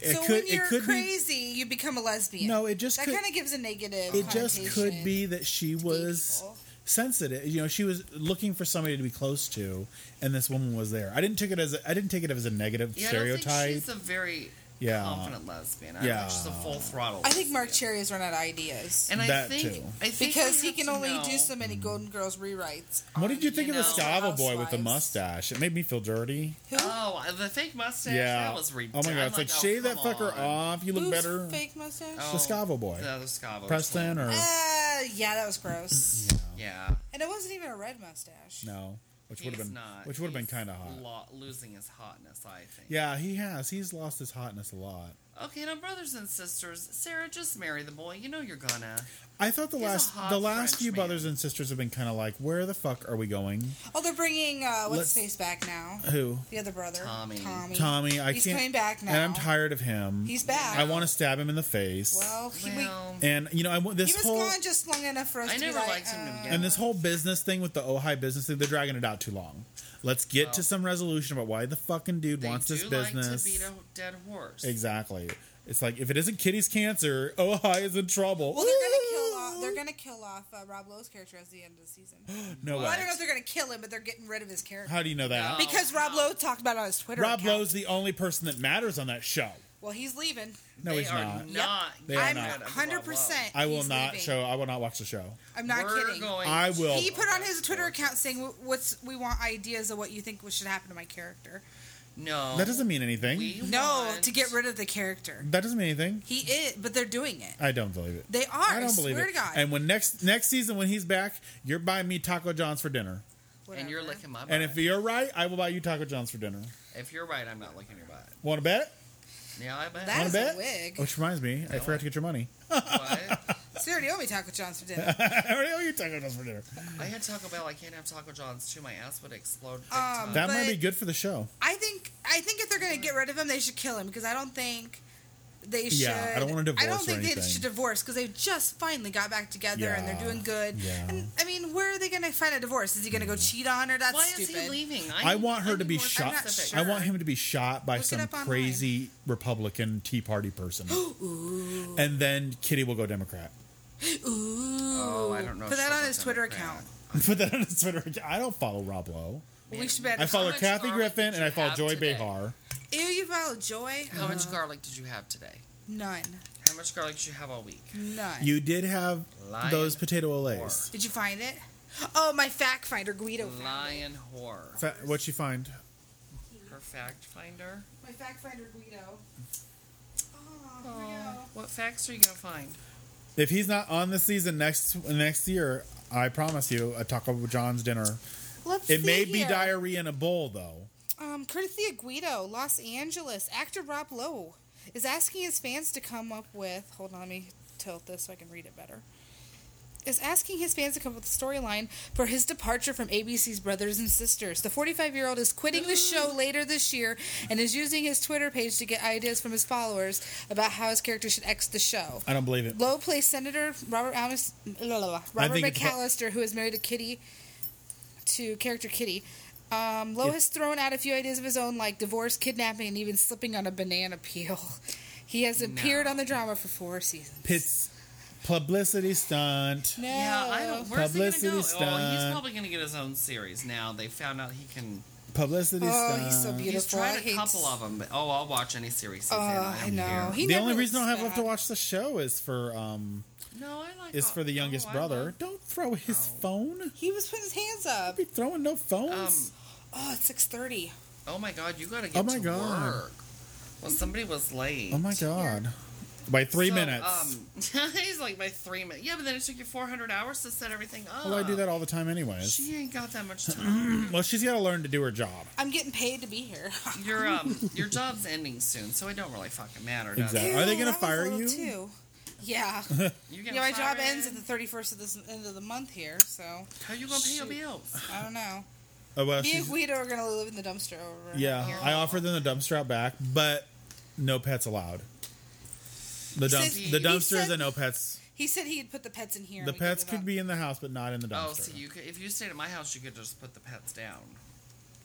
it
so
could.
when you're
it could be.
crazy, you become a lesbian.
No, it just
that
could-
kind of gives a negative.
It just could
connotation
be that she
to gay
was
people.
sensitive. You know, she was looking for somebody to be close to, and this woman was there. I didn't take it as. A, I didn't take it as a negative
Yeah,
stereotype.
I don't think she's a very
Yeah.
confident lesbian. I
Yeah.
think she's a full throttle.
I think Mark
lesbian.
Cherry has run out of ideas
And I
That
think,
too.
I think
because
we
he
have
can
to
only
know-
do so many Golden Girls rewrites.
What did you think
you
of the
know,
Scava boy with the
Housewives.
mustache? It made me feel dirty.
Who?
Oh, the fake mustache.
yeah.
that was
oh
ridiculous.
my god! It's like, shave that fucker off. You look
Who's
better.
fake mustache?
Oh.
The Scava boy,
The other Scavo
Preston, or
Eh.
Uh, yeah, that was gross.
Mm-hmm.
yeah,
And it wasn't even a red mustache.
no? Which
he's
would have been
not.
which would have been
He's
kind of hot.
lo- losing his hotness, I think.
Yeah, he has. He's lost his hotness a lot.
Okay, now brothers and sisters, Sarah, just marry the boy. You know you're gonna.
I thought the
He's a
last
hot
the last
French
few
man.
brothers and sisters have been kind of like, where the fuck are we going?
Oh, they're bringing uh, what's
Let's-
his face back now?
Who?
The other brother,
Tommy.
Tommy.
Tommy. I
He's
can't.
coming back now.
And I'm tired of him.
He's back.
I want to stab him in the face.
Well, he, we-
Well,
and you know, I want
he
this
was
whole
gone just long enough for us
I
to
never
be like,
liked him to
uh,
begin
and this whole business thing with the Ojai business thing. They're dragging it out too long. Let's get to
Well,
some resolution about why the fucking dude
they
wants
do
this
like to
business.
beat a dead horse.
exactly. It's like if it isn't Kitty's cancer, Ojai is in trouble.
Well, they're gonna kill off. They're gonna kill off uh, Rob Lowe's character at the end of the season.
no
well, I don't
way.
know if they're gonna kill him, but they're getting rid of his character
How do you know that?
Oh, No.
because Rob Lowe talked about it on his Twitter.
Rob
account.
Lowe's the only person that matters on that show.
Well, he's leaving.
No,
they
he's
are
not.
not.
They are
I'm
not.
hundred percent.
I will not show. I will not watch the show.
I'm not
We're
kidding.
Going
I
to-
will.
He put on his Twitter account saying, "Wh- "What's we want ideas of what you think should happen to my character."
No,
That doesn't mean anything.
We
No,
want-
to get rid of the character.
that doesn't mean anything.
He is, but they're doing it.
I don't believe it.
They are.
I
I
don't believe
swear
it.
to God.
And when next next season when he's back, you're buying me Taco John's for dinner.
And you're
Whatever.
licking my butt.
And if you're right, I will buy you Taco John's for dinner.
if you're right, I'm not licking your butt.
Want to bet?
Yeah, I bet.
That
Want
is
to
a
bet?
wig.
Which reminds me, I forgot to get your money.
what?
So you already owe me Taco John's for dinner.
I already owe you Taco John's for dinner.
I had Taco Bell. I can't have Taco John's too. My ass would explode. Big
Um,
time.
That might
But-
be good for the show.
I think. I think if they're going to get rid of him, they should kill him because I don't think they should.
Yeah, I don't want to
I don't
divorce or
think they
anything.
should divorce because they just finally got back together and
Yeah,
they're doing good.
yeah. Mm.
And I mean, where are they going to find a divorce? Is he going to go cheat on her? That's
Why is
stupid.
he leaving?
I want her
need
to be
more
shot.
specifics.
sure.
I want him to be shot by
Look it
some
up online.
crazy Republican Tea Party person. And then Kitty will go Democrat.
Ooh.
Oh, I don't know.
Put
if
that
she's
on
a
his Twitter
Democrat.
account.
Put that on his Twitter. account. I don't follow Rob Lowe.
We should bet.
I follow
much
Kathy
garlic
Griffin
did
and I
you
follow
have
Joy
today?
Behar.
Ew, you follow Joy?
How much garlic did you have today?
None.
How much garlic did you have all week?
None.
You did have
Lion
those potato
whore.
olays.
Did you find it? Oh, my fact finder Guido. found it.
Lion whore.
Fa- What'd you find?
Her fact finder.
My fact finder Guido. Oh, Guido.
What facts are you gonna find?
If he's not on the season next next year, I promise you a Taco John's dinner.
Let's
It
see
may be
here.
diarrhea in a bowl though.
Um, courtesy of Guido, Los Angeles actor Rob Lowe is asking his fans to come up with. Hold on, let me tilt this so I can read it better. Is asking his fans to come up with a storyline for his departure from ABC's Brothers and Sisters. The 45 year old is quitting the show later this year and is using his Twitter page to get ideas from his followers about how his character should exit the show.
I don't believe it.
Lowe plays Senator Robert, Amos, la, la, la,
I
Robert
think it's-
McAllister, who is married to Kitty, to character Kitty. Um, Lowe
Yeah.
has thrown out a few ideas of his own, like divorce, kidnapping, and even slipping on a banana peel. He has appeared on the drama for four seasons.
Pits Publicity stunt.
No.
Yeah, I don't. Where's he
Publicity
gonna go? Oh, he's
stunt.
probably gonna get his own series now. They found out he can.
Publicity
Oh,
stunt.
he's so beautiful.
He's tried
I
a
hate-
couple of them, but oh, I'll watch any series he's
Oh,
in.
I
don't
know.
care.
He
the
never
only reason I
looks
don't have left to
bad.
watch the show is for um
No, I like.
is
all-
for the youngest
oh, I
brother.
love-
Don't throw his
Oh.
phone.
He was putting his hands up.
Be throwing no phones.
Um,
Oh, it's six thirty.
oh my god, you gotta get
Oh my
to
God.
work. Well, somebody was late.
oh my god! By three
So,
minutes.
Um, he's like by three minutes. Yeah, but then it took you 400 hours to set everything up.
well, I do that all the time, anyways.
She ain't got that much time.
well, she's got to learn to do her job.
I'm getting paid to be here.
your um, your job's ending soon, so it don't really fucking matter. Does
Exactly.
it?
Are they gonna
that was
fire
a little
you?
Too. Yeah.
You
yeah,
getting
my job
fired?
ends at the thirty first of this end of the month here, so
How you gonna pay your
Shoot.
bills?
I don't know.
Oh well,
Me and
she's,
Guido are gonna live in the dumpster over.
yeah.
Here.
I offered them the dumpster out back, but no pets allowed. The dump,
said-
the
he
dumpster is
said-
a no pets.
He said he'd put the pets in here. and
The
we could
pets
live
could
out.
be in the house, but not in the dumpster.
Oh, so you could, if you stayed at my house, you could just put the pets down.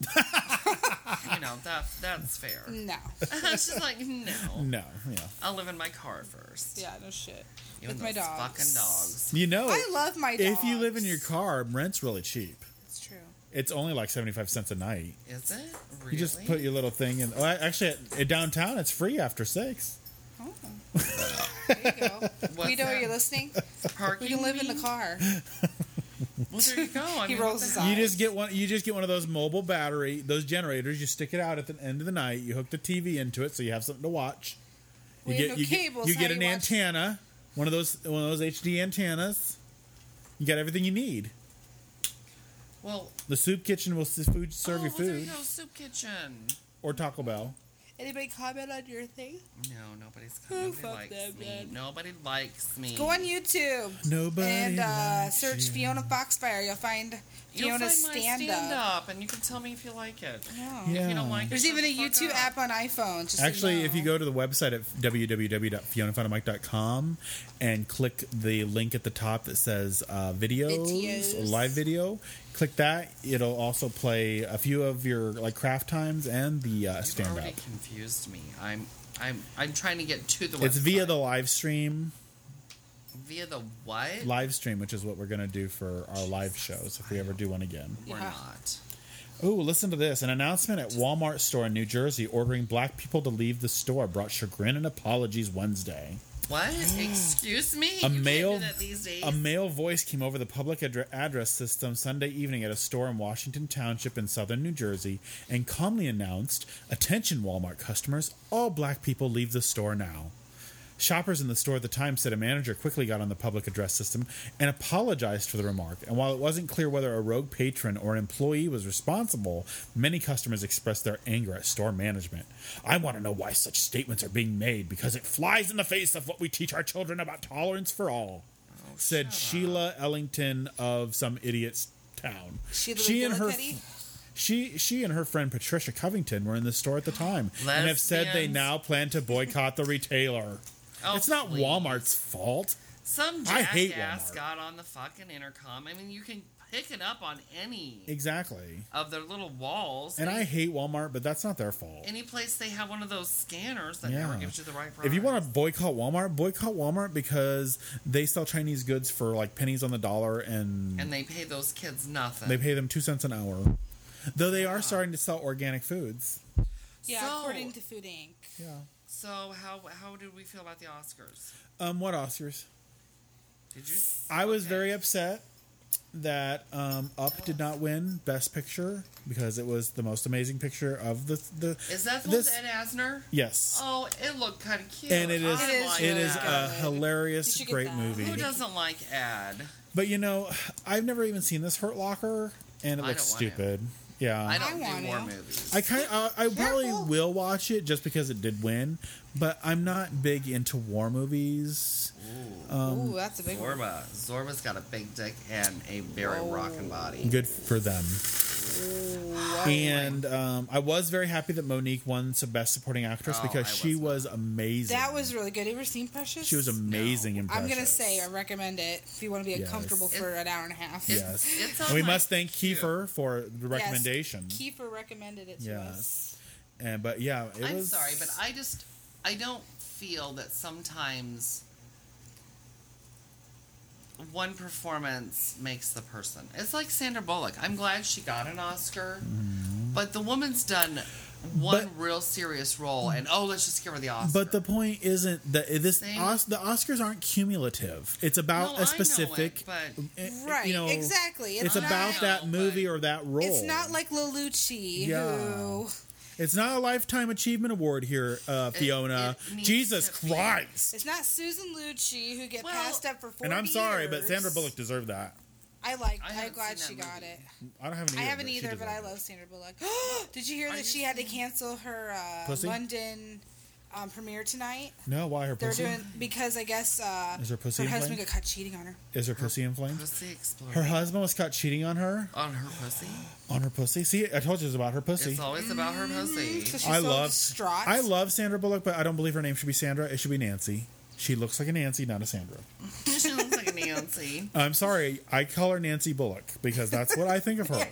you know that that's fair.
No.
She's like, no,
no, yeah.
I'll live in my car first.
Yeah, no shit.
You
With
and
my
those
dogs.
Fucking dogs.
You know,
I love my dogs.
if you live in your car, rent's really cheap.
It's true.
It's only like seventy five cents a night.
Is it really?
You just put your little thing in. Well, actually, at, at downtown, it's free after six.
Oh. there you go.
What's
Guido, are
that?
you listening?
Parking
We can live in the
meter?
car.
Well, there you go. I
He
mean, what
rolls
the
his
hell?
You
eyes.
just get one. You just get one of those mobile battery, those generators. You stick it out at the end of the night. You hook the TV into it, so you have something to watch. You
We
get
have no
you
cables,
get you
how
get
do
an
you watch-
antenna, one of those one of those HD antennas. You got everything you need.
Well,
The soup kitchen will s- food serve
oh,
you
well, There you
food
go, soup kitchen.
or Taco Bell.
Anybody comment on your thing?
No, nobody's
Oh,
nobody
fuck
likes
them,
me.
man.
Nobody likes me.
Go on YouTube
Nobody
and uh,
likes
search
you.
Fiona Foxfire. You'll find
You'll find my
Fiona's stand, up.
and you can tell me if you like it.
Yeah.
If you don't like it,
There's
shut
even a
the fuck
YouTube
up.
app on iPhone. Just so
Actually,
know.
if you go to the website at www.fionafundamike.com and click the link at the top that says uh, videos,
Videos.
live video, click that. It'll also play a few of your like craft times and the uh,
You've
stand
already
up.
confused me. I'm, I'm, I'm trying to get to the.
It's
website.
via the live stream,
via the what?
live stream, which is what we're gonna do for our live shows if we ever do one again.
We're
Yeah.
not.
Ooh, listen to this! An announcement at Walmart store in New Jersey ordering black people to leave the store brought chagrin and apologies Wednesday.
What? Excuse me. You
a
can't do
male
that these days.
a male voice came over the public addre- address system Sunday evening at a store in Washington Township in southern New Jersey and calmly announced, "Attention Walmart customers, all black people leave the store now." Shoppers in the store at the time said a manager quickly got on the public address system and apologized for the remark. And while it wasn't clear whether a rogue patron or an employee was responsible, many customers expressed their anger at store management. I want to know why such statements are being made because it flies in the face of what we teach our children about tolerance for all, said Sheila Ellington of some idiot's town.
Sheila
she and her
McGillicuddy?
she she and her friend Patricia Covington were in the store at the time and have said they
Lesbians.
now plan to boycott the retailer.
Oh,
it's not
please.
Walmart's fault.
Some
I hate
jackass
Walmart.
got on the fucking intercom. I mean, you can pick it up on any
Exactly.
of their little walls.
And I hate Walmart, but that's not their fault.
any place they have one of those scanners that never
Yeah.
gives you the right price.
If you want to boycott Walmart, boycott Walmart because they sell Chinese goods for like pennies on the dollar and,
and they pay those kids nothing.
they pay them 2 cents an hour. Though they are starting to sell organic foods.
yeah,
So-
according to Food Inc.
Yeah.
so how how did we feel about the Oscars?
Um what Oscars?
Did you?
I was
Okay.
very upset that um, Up did not win Best Picture because it was the most amazing picture of the the.
Is that the
this-
one with Ed Asner?
yes,
Oh, it looked kind of cute.
and it is
I
It is
like
it is uh,
that.
a
good. You
hilarious,
should get
great
that.
Who
movie.
doesn't like Ed?
But you know, I've never even seen this Hurt Locker, and it
I
looks
don't want
stupid. Yeah,
I
I,
don't
want
do war
to.
movies.
kind I, I probably
Careful.
will watch it just because it did win, but I'm not big into war movies. Um,
Ooh, that's a big one.
Zorba. Zorba's got a big dick and a very rockin' body.
Good for them. And um, I was very happy that Monique won some Best Supporting Actress
Oh,
because
I
she
was
was amazing.
That was really good. You ever seen Precious?
she was amazing. in
I'm gonna
Precious.
say I recommend it if you want to be
Yes.
uncomfortable for an hour and a half.
yes.
It's
and we
on my
must thank
queue.
Kiefer for the
Yes,
recommendation.
Kiefer recommended it to
Yeah.
us.
and but yeah, it
I'm
was.
sorry, but I just I don't feel that sometimes one performance makes the person. It's like Sandra Bullock. I'm glad she got an Oscar, but the woman's done one
Mm-hmm. But-
real serious role, and oh, let's just give her the Oscar.
But the point isn't that this
Same.
Os- the Oscars aren't cumulative. It's about
No, I know
a specific,
it, but
eh,
Right,
You know,
exactly.
It's,
not-
about
I
that
know,
movie
but
or that role.
It's not like Lelucci,
Yeah.
who
It's not a lifetime achievement award here, uh, Fiona.
it needs
Jesus
to be.
Christ!
it's not Susan Lucci who get
Well-
passed up for 40
And I'm sorry, but
years.
Sandra Bullock deserved that.
I like.
I
I'm
haven't
glad she
seen that
got
movie.
it.
I don't have any.
I
either,
haven't
she
either, but
deserved
I
it.
love Sandra Bullock. Did you hear
Are
that
you
she had to
seeing-
cancel her uh,
Pussy?
London um, premiere tonight?
No, why her
They're
pussy?
doing because I guess uh,
Is her pussy
husband
inflamed?
got caught cheating on her.
Is her pussy inflamed?
pussy exploded
Her husband was caught cheating on her.
on her pussy.
On her pussy. See, I told you it was about her pussy.
It's always about her pussy.
So she's
I
so
love
distraught.
I love Sandra Bullock, but I don't believe her name should be Sandra. It should be Nancy. She looks like a Nancy, not a Sandra.
she looks like a Nancy.
I'm sorry, I call her Nancy Bullock because that's what I think of her.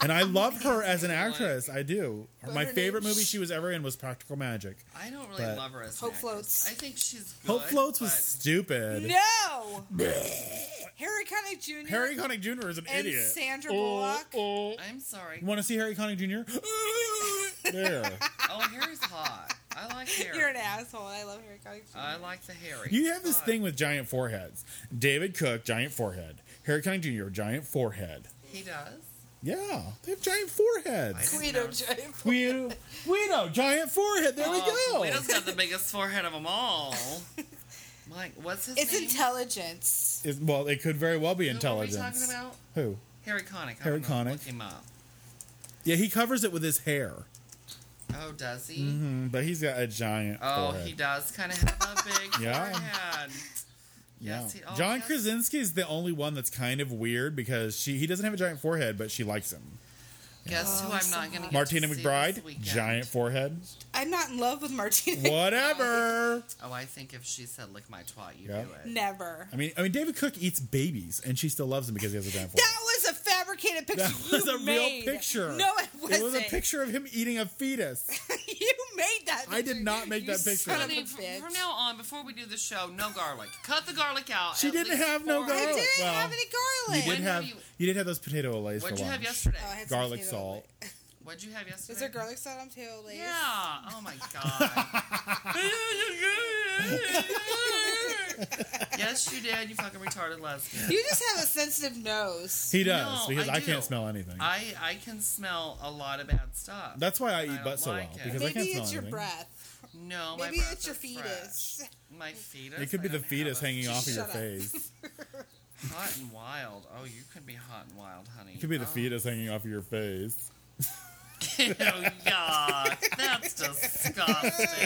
And I love her as an actress. I do.
But
My
her
favorite
name-
movie she was ever in was Practical Magic.
I don't really
But-
love her as an
Hope
actress.
Floats.
I think she's good.
Hope Floats was
but-
stupid.
No, Harry Connick Jr.
Harry Connick Jr. is an
And
idiot.
Sandra
Oh,
Bullock.
oh.
I'm sorry.
You want to see Harry Connick Jr.? there.
Oh, Harry's hot. I like Harry.
You're an asshole. I love Harry Connick Jr.
I like the Harry.
You have this
Hot.
thing with giant foreheads. David Cook, giant forehead. Harry Connick Jr., giant forehead.
He does.
Yeah, they have giant foreheads.
I-
Guido Giant.
Guido, Guido, giant forehead. There
Oh,
we go.
Guido's got the biggest forehead of them all. Like, what's his
It's
name?
intelligence.
Is- well, it could very well be
Who were we
intelligence.
talking about?
Who?
Harry Connick. I
Harry
don't know.
Connick.
Look him up.
Yeah, he covers it with his hair,
Oh, does he?
Mhm, but he's got a giant
Oh,
forehead.
he does kind of have a big
Yeah.
forehead.
Yeah.
yes, he- oh,
John
yes.
Krasinski is the only one that's kind of weird because she he doesn't have a giant forehead, but she likes him.
Guess who
Oh,
I'm
so
not going to
hot.
get
Martina
to see this
McBride,
weekend?
giant forehead.
I'm not in love with Martina.
Whatever.
Oh, I think if she said "lick my twat," you
Yeah.
do it.
Never.
I mean, I mean, David Cook eats babies, and she still loves him because he has a giant forehead.
That was a fabricated picture.
That was
you
a
made.
real picture.
No, it wasn't.
It was a picture of him eating a fetus.
you made that. Picture.
I did not make
You
that picture.
Son of a
Honey,
bitch.
from, from now on, before we do the show, no garlic. Cut the garlic out.
She
at
didn't
least
have no
four-
I
garlic.
didn't
Well,
have any
You
garlic.
did
When
have
have you-
you did have those potato olays for
What'd you
lunch.
have yesterday?
Oh, I had some
Garlic
potato
salt.
oil.
What'd you have yesterday?
Is there garlic salt on potato lays?
Yeah. Oh my god. yes, you did. You fucking retarded lesbian.
You just have a sensitive nose.
He does
No,
because I,
I do.
can't smell anything.
I I can smell a lot of bad stuff.
That's why I eat
I don't
butt so
like
well
it.
because I
Maybe
can't smell
it's your
anything.
breath.
no, my
Maybe
breath
it's your
is
fetus.
fresh. My fetus.
It could be
I
the
don't have
fetus
a-
hanging off of your
Shut up.
face.
Hot and wild. Oh, you could be hot and wild, honey.
It could be the
Oh.
fetus hanging off of your face.
Ew, yuck. That's disgusting.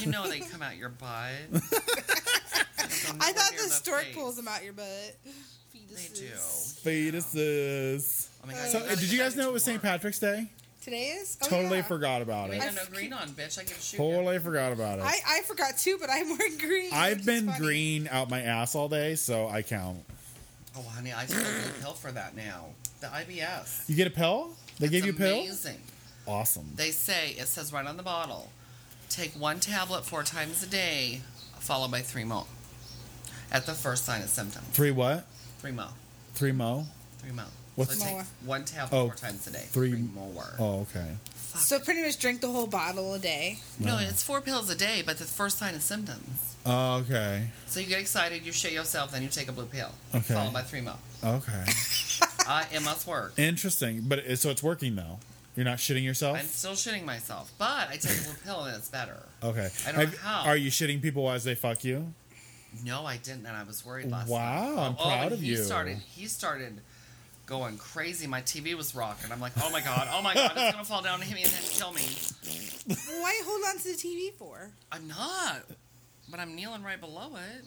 you know they come out your butt.
I thought the stork
stork
pulls them out your butt.
They do.
Fetuses.
Fetuses.
Oh my God,
So,
you
uh,
gotta
did
get
you
that
guys know
into
it was St.
work.
Patrick's Day?
Today is Oh,
Totally
yeah.
forgot about
We
it.
I
got no
f-
green on, bitch. I give a shoot. you.
Totally forgot about it.
I, I forgot too, but I'm wearing green.
I've
which is
been
funny.
green out my ass all day, so I count.
Oh, honey, I still get a pill for that now. The IBS.
You get a pill? They gave you a
It's
pill?
Amazing.
Awesome.
They say it says right on the bottle. Take one tablet four times a day, followed by three more. At the first sign of symptoms,
Three what?
three more,
Three mo?
three more.
What's-
so take
More.
one tablet
Oh,
four times a day?
three-
more.
Oh, okay.
So pretty much drink the whole bottle a day.
No, it's four pills a day, but the first sign is symptoms.
Okay.
So you get excited, you shit yourself, then you take a blue pill,
Okay.
followed by three more.
Okay.
I it must work.
Interesting. But it, so it's working though. You're not shitting yourself?
I'm still shitting myself, but I take a blue pill and it's better.
okay.
I don't know
Have-
how.
Are you shitting people as they fuck you?
No, I didn't, and I was worried last
Wow,
night.
I'm
Oh,
proud
and
of
he
you.
Started, he started going crazy. My TV was rocking. I'm like, oh my god, oh my god, it's gonna fall down and hit me and then kill me.
Why hold on to the TV for?
I'm not, but I'm kneeling right below it.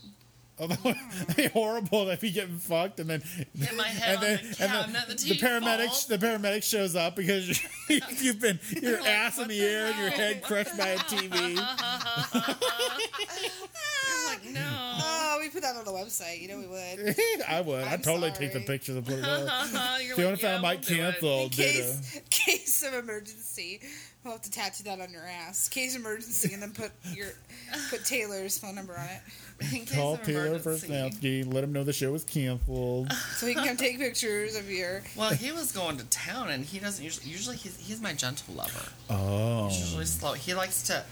Although they horrible that be getting fucked and then
Hit my head
and then,
on the cabinet.
and then
the,
the
TV
paramedic
falls.
the paramedic shows up because you- you've been your
They're like,
ass in
"What
the,
the
air and your
hell?
head crushed by a TV.
I'm like, no.
Oh, we put that on the website. You know we would.
I would. I'd
I'm
totally take the
sorry.
picture and put it up.
uh-huh, You're
Fiona
like, yeah,
found
we'll
Mike
do it.
canceled.
In
did
case, case case of emergency. We'll have to tattoo that on your ass. Case of emergency, and then put your put Taylor's phone number on it
In case
Call
of
Taylor for
emergency.
Snapkey. Let him know the show was canceled.
so he can come take pictures of your.
Well, he was going to town, and he doesn't usually. Usually, he's he's my gentle lover.
Oh.
He's usually slow. He likes to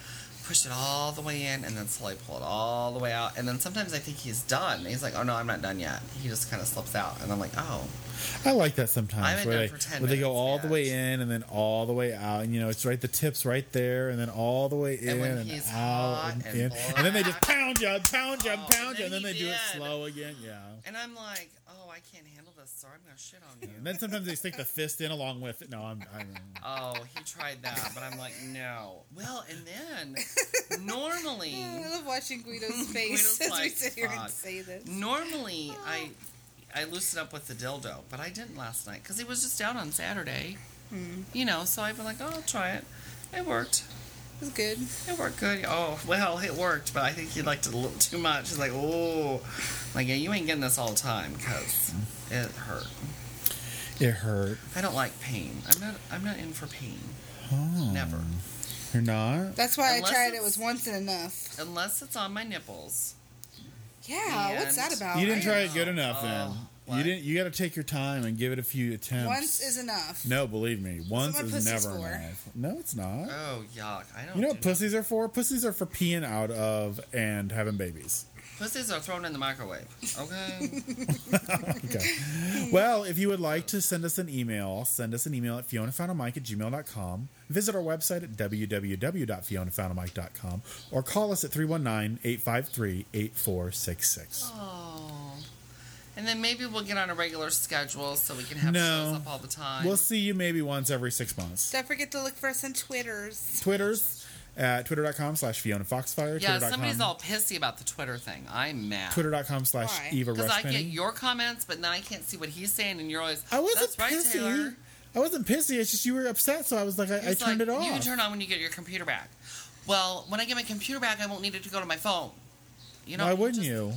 push it all the way in, and then slowly pull it all the way out. And then sometimes I think he's done. He's like, "Oh no, I'm not done yet." He just kind of slips out, and I'm like, "Oh,
I like that sometimes
haven't
where,
done
they,
for 10
where they go
minutes
all
yet.
the way in and then all the way out, and you know it's right the tips right there, and then all the way in
And
and,
when he's
out
hot
and,
and
in. and then they just
black.
pound you, pound you,
Oh,
pound you, and then
he
they do it
did.
slow again. Yeah,
And I'm like, oh, I can't handle this, so I'm gonna shit on
and
you.
then sometimes they stick the fist in along with it. No, I'm. I'm
oh, he tried that, but I'm like, no. Well, and then normally,
Mm, I love watching Guido's face
Guido's
as we
like,
sit here
"Fuck."
and say this.
normally I, I loosen up with the dildo, but I didn't last night because he was just out on Saturday. You know, so I've been like, oh, I'll try it. It worked.
It's good.
It worked good. Oh, well, it worked, but I think he liked it a little too much. He's like, oh, like yeah, you ain't getting this all the time because it hurt.
it hurt.
I don't like pain. I'm not. I'm not in for pain.
Oh,
Never.
You're not.
That's why
Unless
I tried it
it's-
was once and enough.
Unless it's on my nipples.
Yeah,
And-
what's that about?
You didn't
I
try
don't
it good
know.
enough. then
Oh,
you
what?
didn't. You got to take your time and give it a few
know.
attempts.
Once is enough.
no, believe me, once
what
is
pussy's
never
for.
enough. No, it's not.
Oh yuck! I don't.
You know
do
what pussies are for? Pussies are for peeing out of and having babies.
that. pussies are thrown in the microwave. Okay.
Okay. well, if you would like to send us an email, send us an email at fionafoundamike at gmail.com. Visit our website at www.fionafoundamike.com or call us at 319 853 8466.
oh. And then maybe we'll get on a regular schedule so we can have
No.
shows up all the time.
We'll see you maybe once every six months.
Don't forget to look for us on Twitters.
Twitter's at twitter.com slash Fiona Foxfire.
yeah,
twitter.com,
somebody's all pissy about the Twitter thing. I'm mad.
Twitter.com slash
Why?
Eva
Because I get
Rushpenny.
your comments, but then I can't see what he's saying, and you're always.
I wasn't
That's right,
pissy.
Taylor.
I wasn't pissy. It's just you were upset, so I was like, I, I
He's
turned
like,
it off.
You turn on when you get your computer back. Well, when I get my computer back, I won't need it to go to my phone. You know.
Why wouldn't
just-
you?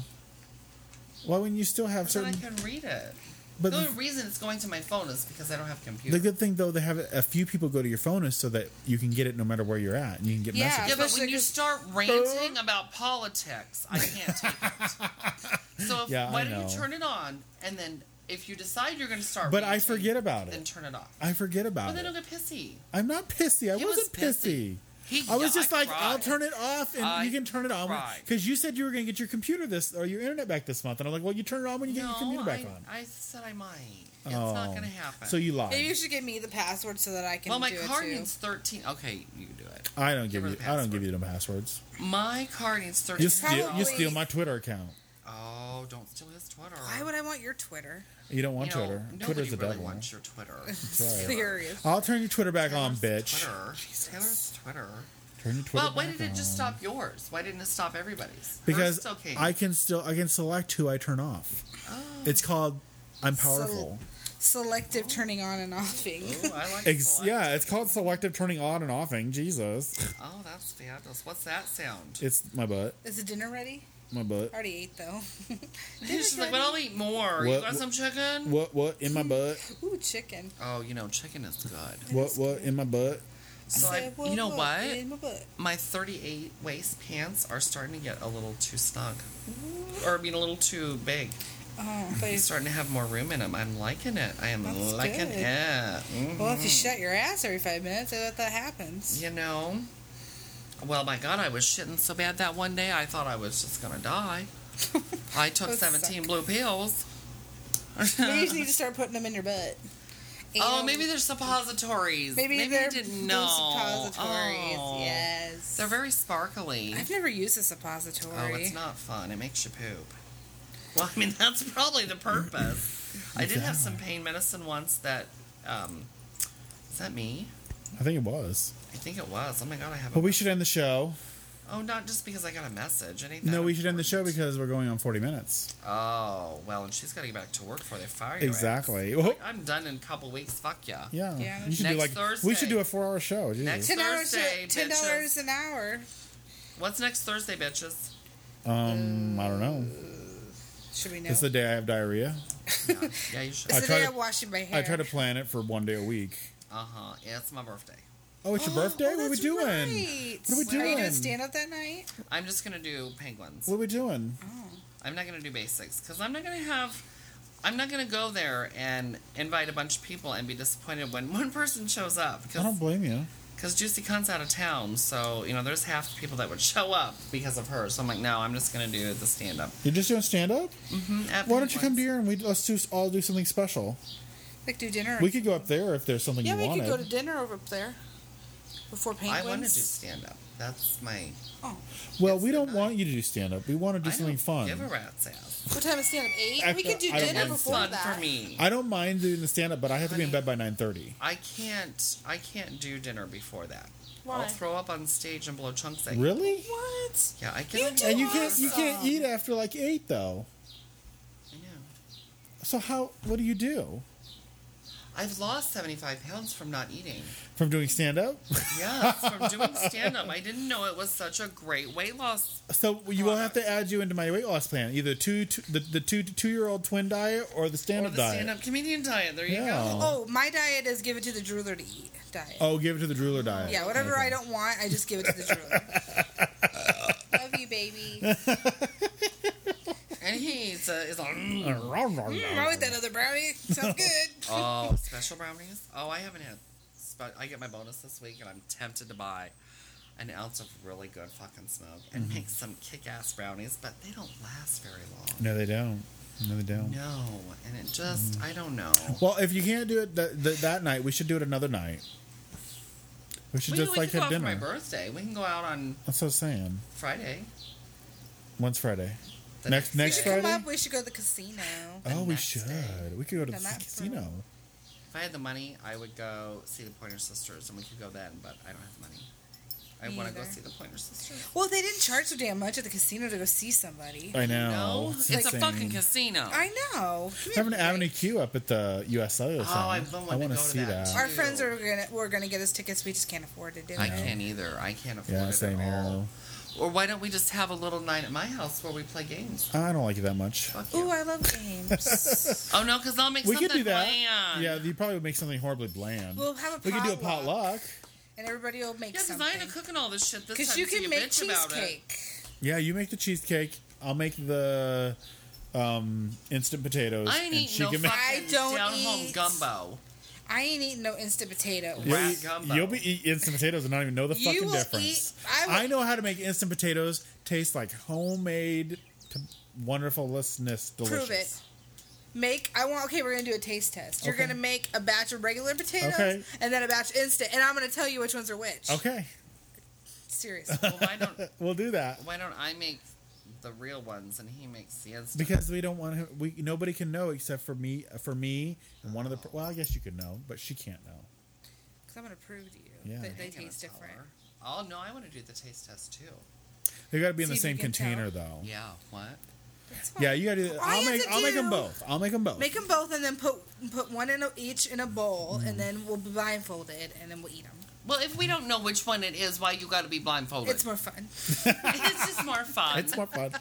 Why wouldn't you still have
So that
certain?
I can read it.
But
the
the,
only reason it's going to my phone is because I don't have a computer.
the good thing though, they have a few people go to your phone is so that you can get it no matter where you're at, and you can get
Yeah.
Yeah,
messages.
but
Especially
when you
'cause-
start ranting about politics, I can't take it. So if,
Yeah, I
why don't
know.
you turn it on, and then if you decide you're going to start,
But I
ranting,
forget about
Then
it.
turn it off.
I forget about
But then
it.
don't get pissy.
I'm not pissy. I
He was
wasn't pissy.
pissy. He,
I was just like,
cried.
I'll turn it off, and
I
you can turn it on
cried.
because you said you were going to get your computer this or your internet back this month, and I'm like, well, you turn it on when you get
no,
your computer back
I,
on.
I said I might. It's
oh.
not going to happen.
So you lied.
Maybe you should give me the password so that I can
well, my
do
card
it too.
needs thirteen. Okay, you can do it.
I don't
Give
give
her
you.
the
I don't
password.
give you the passwords.
My card needs thirteen.
You steal. You
Probably-
steal my Twitter account.
Oh, don't steal his Twitter.
Why would I want your Twitter?
You don't want
You know,
Twitter.
nobody
Twitter's a
really
devil.
wants your Twitter.
Sorry.
Serious.
I'll turn your Twitter back on,
Taylor's
bitch.
Twitter. Taylor's Twitter.
Turn your Twitter
Well, why
back
did it just
on.
stop yours? Why didn't it stop everybody's?
Because
Hers is okay.
I can still I can select who I turn off. It's called I'm powerful.
Selective turning on and offing.
Ooh, I like
Ex-
select.
yeah, it's called selective turning on and offing. Jesus,
Oh, that's fabulous. What's that sound?
it's my butt,
Is the dinner ready?
my butt.
I already ate though.
She's like, well, I'll eat more. you
What-
got
what-
some chicken?
What what in my butt?
Ooh, chicken.
Oh, you know, chicken is good.
What what in my butt?
So, I,
said, "Well,
you know
look,
what?
it ain't my butt."
My 38 waist pants are starting to get a little too snug. Or, I mean, a little too big.
Oh,
It's
but
starting to have more room in them. I'm liking it. I am
That's
liking
good.
it. Mhm.
well, if you shut your ass every five minutes, I bet that happens.
You know, well, my God, I was shitting so bad that one day I thought I was just gonna die. I took
Those
17 blue pills.
Maybe you just need to start putting them in your butt.
Oh,
Anal-
maybe they're suppositories.
maybe,
I
they're
didn't
those
know.
suppositories.
Oh.
Yes,
They're very sparkly.
I've never used a suppository.
Oh, it's not fun. It makes you poop. Well, I mean, that's probably the purpose. I did have some pain medicine once that, um, is that me?
I think it was.
I think it was. Oh my God, I have a.
But we should end the show.
oh, not just because I got a message. It ain't
No,
that
we should end the show
important.
because we're going on 40 minutes.
Oh, well, and she's got to get back to work before they fire you.
Exactly. Oh,
I'm done in a couple weeks. Fuck yeah.
yeah.
Yeah.
You should do like
Next
we
Thursday.
should do a four hour show. Jesus.
Next-
ten dollars.
Thursday,
Ten dollars
bitches.
an hour.
What's next Thursday, bitches?
um, I don't know.
Should we know?
It's the day I have diarrhea.
Yeah, yeah you should.
It's
I
the
try
day
to-
I'm washing my hair.
I try to plan it for one day a week.
Uh huh. It's my birthday.
Oh, it's your birthday?
Oh,
what are we
that's
doing?
right.
What are we
Are you
doing?
doing stand up that night? Oh.
I'm just gonna do penguins.
What are we doing?
I'm not gonna do basics because I'm not gonna have. I'm not gonna go there and invite a bunch of people and be disappointed when one person shows up
I
because
don't blame you.
Juicy Cunt's out of town. So you know, there's half the people that would show up because of her. So I'm like, no, I'm just gonna do the stand up.
You're just doing stand up?
Hmm,
Why don't you come to here and we let's do, all do something special?
Like do dinner.
We could go up there if there's something
yeah,
you
we
wanted.
could go to dinner over there before penguins.
I want to do stand up. That's my.
well,
Yes,
we don't
and I-
want you to do stand up. We want to do
I
something
don't
fun.
Give a rat's ass.
What time is stand up? Eight.
I
we
feel-
could do
I don't
dinner
mind
before
fun
that.
for me.
I don't mind doing the stand up, but I have to be in bed by 9:30.
I can't. I can't do dinner before that.
Why?
I'll throw up on stage and blow chunks at you.
Really?
What?
Yeah, I can.
You
only-
do
And you can't you can't
Awesome.
eat after like 8 though.
I know.
So how what do you do?
I've lost 75 pounds from not eating.
From doing stand up?
Yes, from doing stand up. I didn't know it was such a great weight loss.
So you will have to add you into my weight loss plan, either two, two the, the two two year old twin diet or the stand
Or
up
the
diet.
stand up comedian diet. There you
Yeah.
go.
Oh, my diet is give it to the drooler to eat diet.
Oh, give it to the drooler diet.
Yeah, whatever
Okay.
I don't want, I just give it to the drooler. Love you, baby. Mm,
And he eats a, is a.
Mm, I want that other brownie. Sounds good.
Oh, special brownies? Oh, I haven't had. Spe- I get my bonus this week and I'm tempted to buy an ounce of really good fucking smoke and make some kick ass brownies, but they don't last very long.
No, they don't. No, they don't.
No, and it just, I don't know.
Well, if you can't do it th- th- that night, we should do it another night. We should
We,
just
we
like
can go
have
out for my
dinner.
birthday. We can go out on
That's what I'm saying.
Friday.
Once Friday.
the
Next-
day.
We
next
should
Friday?
come up. We should go to the casino.
The
oh, we
next
should.
day.
We could go to
The
the,
next
casino.
If I had the money, I would go see the Pointer Sisters, and we could go then. But I don't have the money. I
Me
want to go
either.
see the Pointer Sisters.
Well, they didn't charge so damn much at the casino to go see somebody.
I know.
No, it's, a
insane.
fucking casino.
I know. Come
They
here,
have an
baby.
Avenue Q up at the USO. or
Oh,
something.
I've been wanting
I
to
wanna
go to
see
that.
that.
Our
too.
friends are gonna we're gonna get us tickets. We just can't afford to do
I
it.
can't either. I can't afford
Yeah,
it
same
at
here.
all. Or why don't we just have a little night at my house where we play games?
I don't like it that much.
Fuck
Ooh,
you.
I love games.
Oh no, because I'll make
We
something
could do that.
bland.
Yeah, you probably would make something horribly bland.
we'll have a
we could do a
potluck,
potluck.
and everybody will make
Yeah, because
something.
I ain't cooking all this shit this time.
Because you
so
can make
bitch about it.
cheesecake.
Yeah, you make the cheesecake. I'll make the um, instant potatoes.
I ain't
and
eating no
can make-
fucking
I don't
down home
eat-
gumbo.
I ain't eating no instant potato.
Yeah.
You'll,
rat
eat-
gumbo.
you'll be eating instant potatoes and not even know the
You
fucking
will
difference.
eat- I will-
I know how to make instant potatoes taste like homemade, t- wonderfulness. Delicious.
Prove it. Make I want okay, we're gonna do a taste test. You're
Okay.
gonna make a batch of regular potatoes
Okay.
and then a batch instant, and I'm gonna tell you which ones are which.
Okay,
Seriously.
Well, why don't
we'll do that
why don't I make the real ones and he makes the instant?
because we don't want to. We nobody can know except for me. For me and one of the. per- Well, I guess you could know, but she can't know.
'Cause I'm gonna prove to you
Yeah.
that
I
they
ain't gonna
taste
tell
different.
her. Oh no, I want to do the taste test too.
They got to be in
See
the
if
same
you can
container,
tell.
though. Yeah.
Yeah, what?
That's fine.
you got to.
All
I'll
you have
make.
to
I'll make them
do-
both. I'll make them both.
Make them both and then put put one in a, each in a
Mm-hmm.
bowl, and then we'll be blindfolded, and then we'll eat them.
Well, if we don't know which one it is, why you got to be blindfolded?
It's more fun.
It's just more fun.
it's more fun.
okay.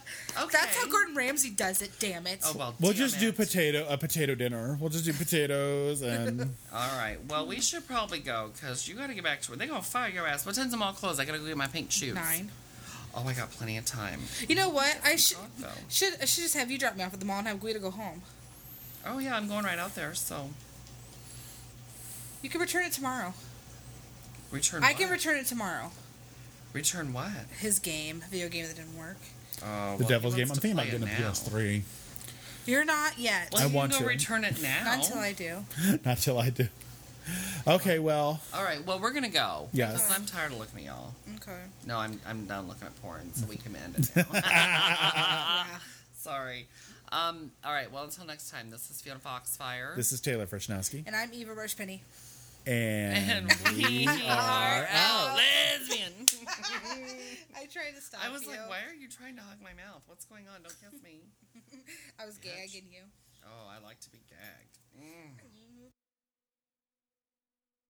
That's how Gordon Ramsay does it. Damn it!
Oh well.
We'll
damn
just do
it.
potato a potato dinner. We'll just do potatoes and
All right. Well, we should probably go because you got to get back to work. They're gonna fire your ass. What time's the mall close? I gotta go get my pink shoes.
Nine.
Oh, I got plenty of time.
You know what? I should
God, though.
should I should just have you drop me off at the mall and have Guido go home.
Oh yeah, I'm going right out there. So
You can return it tomorrow.
return.
I
what?
can return it tomorrow.
return what?
His game, video game that didn't work.
Oh, well,
the
he
devil's game. I'm
wants to
thinking about
play it
getting a
now.
PS3.
You're not yet.
Well,
I
you
want
can go
to.
return it now.
Not until I do.
Not till I do. Okay, well,
All right. Well, we're gonna go.
Yes.
'Cause I'm tired of looking at y'all.
Okay.
No, I'm I'm done looking at porn, so we can end it now. Uh, Sorry. Um, all right. Well, until next time, this is Fiona Foxfire.
this is Taylor Frishnowski,
And I'm Eva Rushpenny.
and
and
we are out. lesbian.
I tried to stop
I was
you.
like, why are you trying to hug my mouth? What's going on? Don't kiss me.
I was gagging you.
Oh, I like to be gagged. Mm.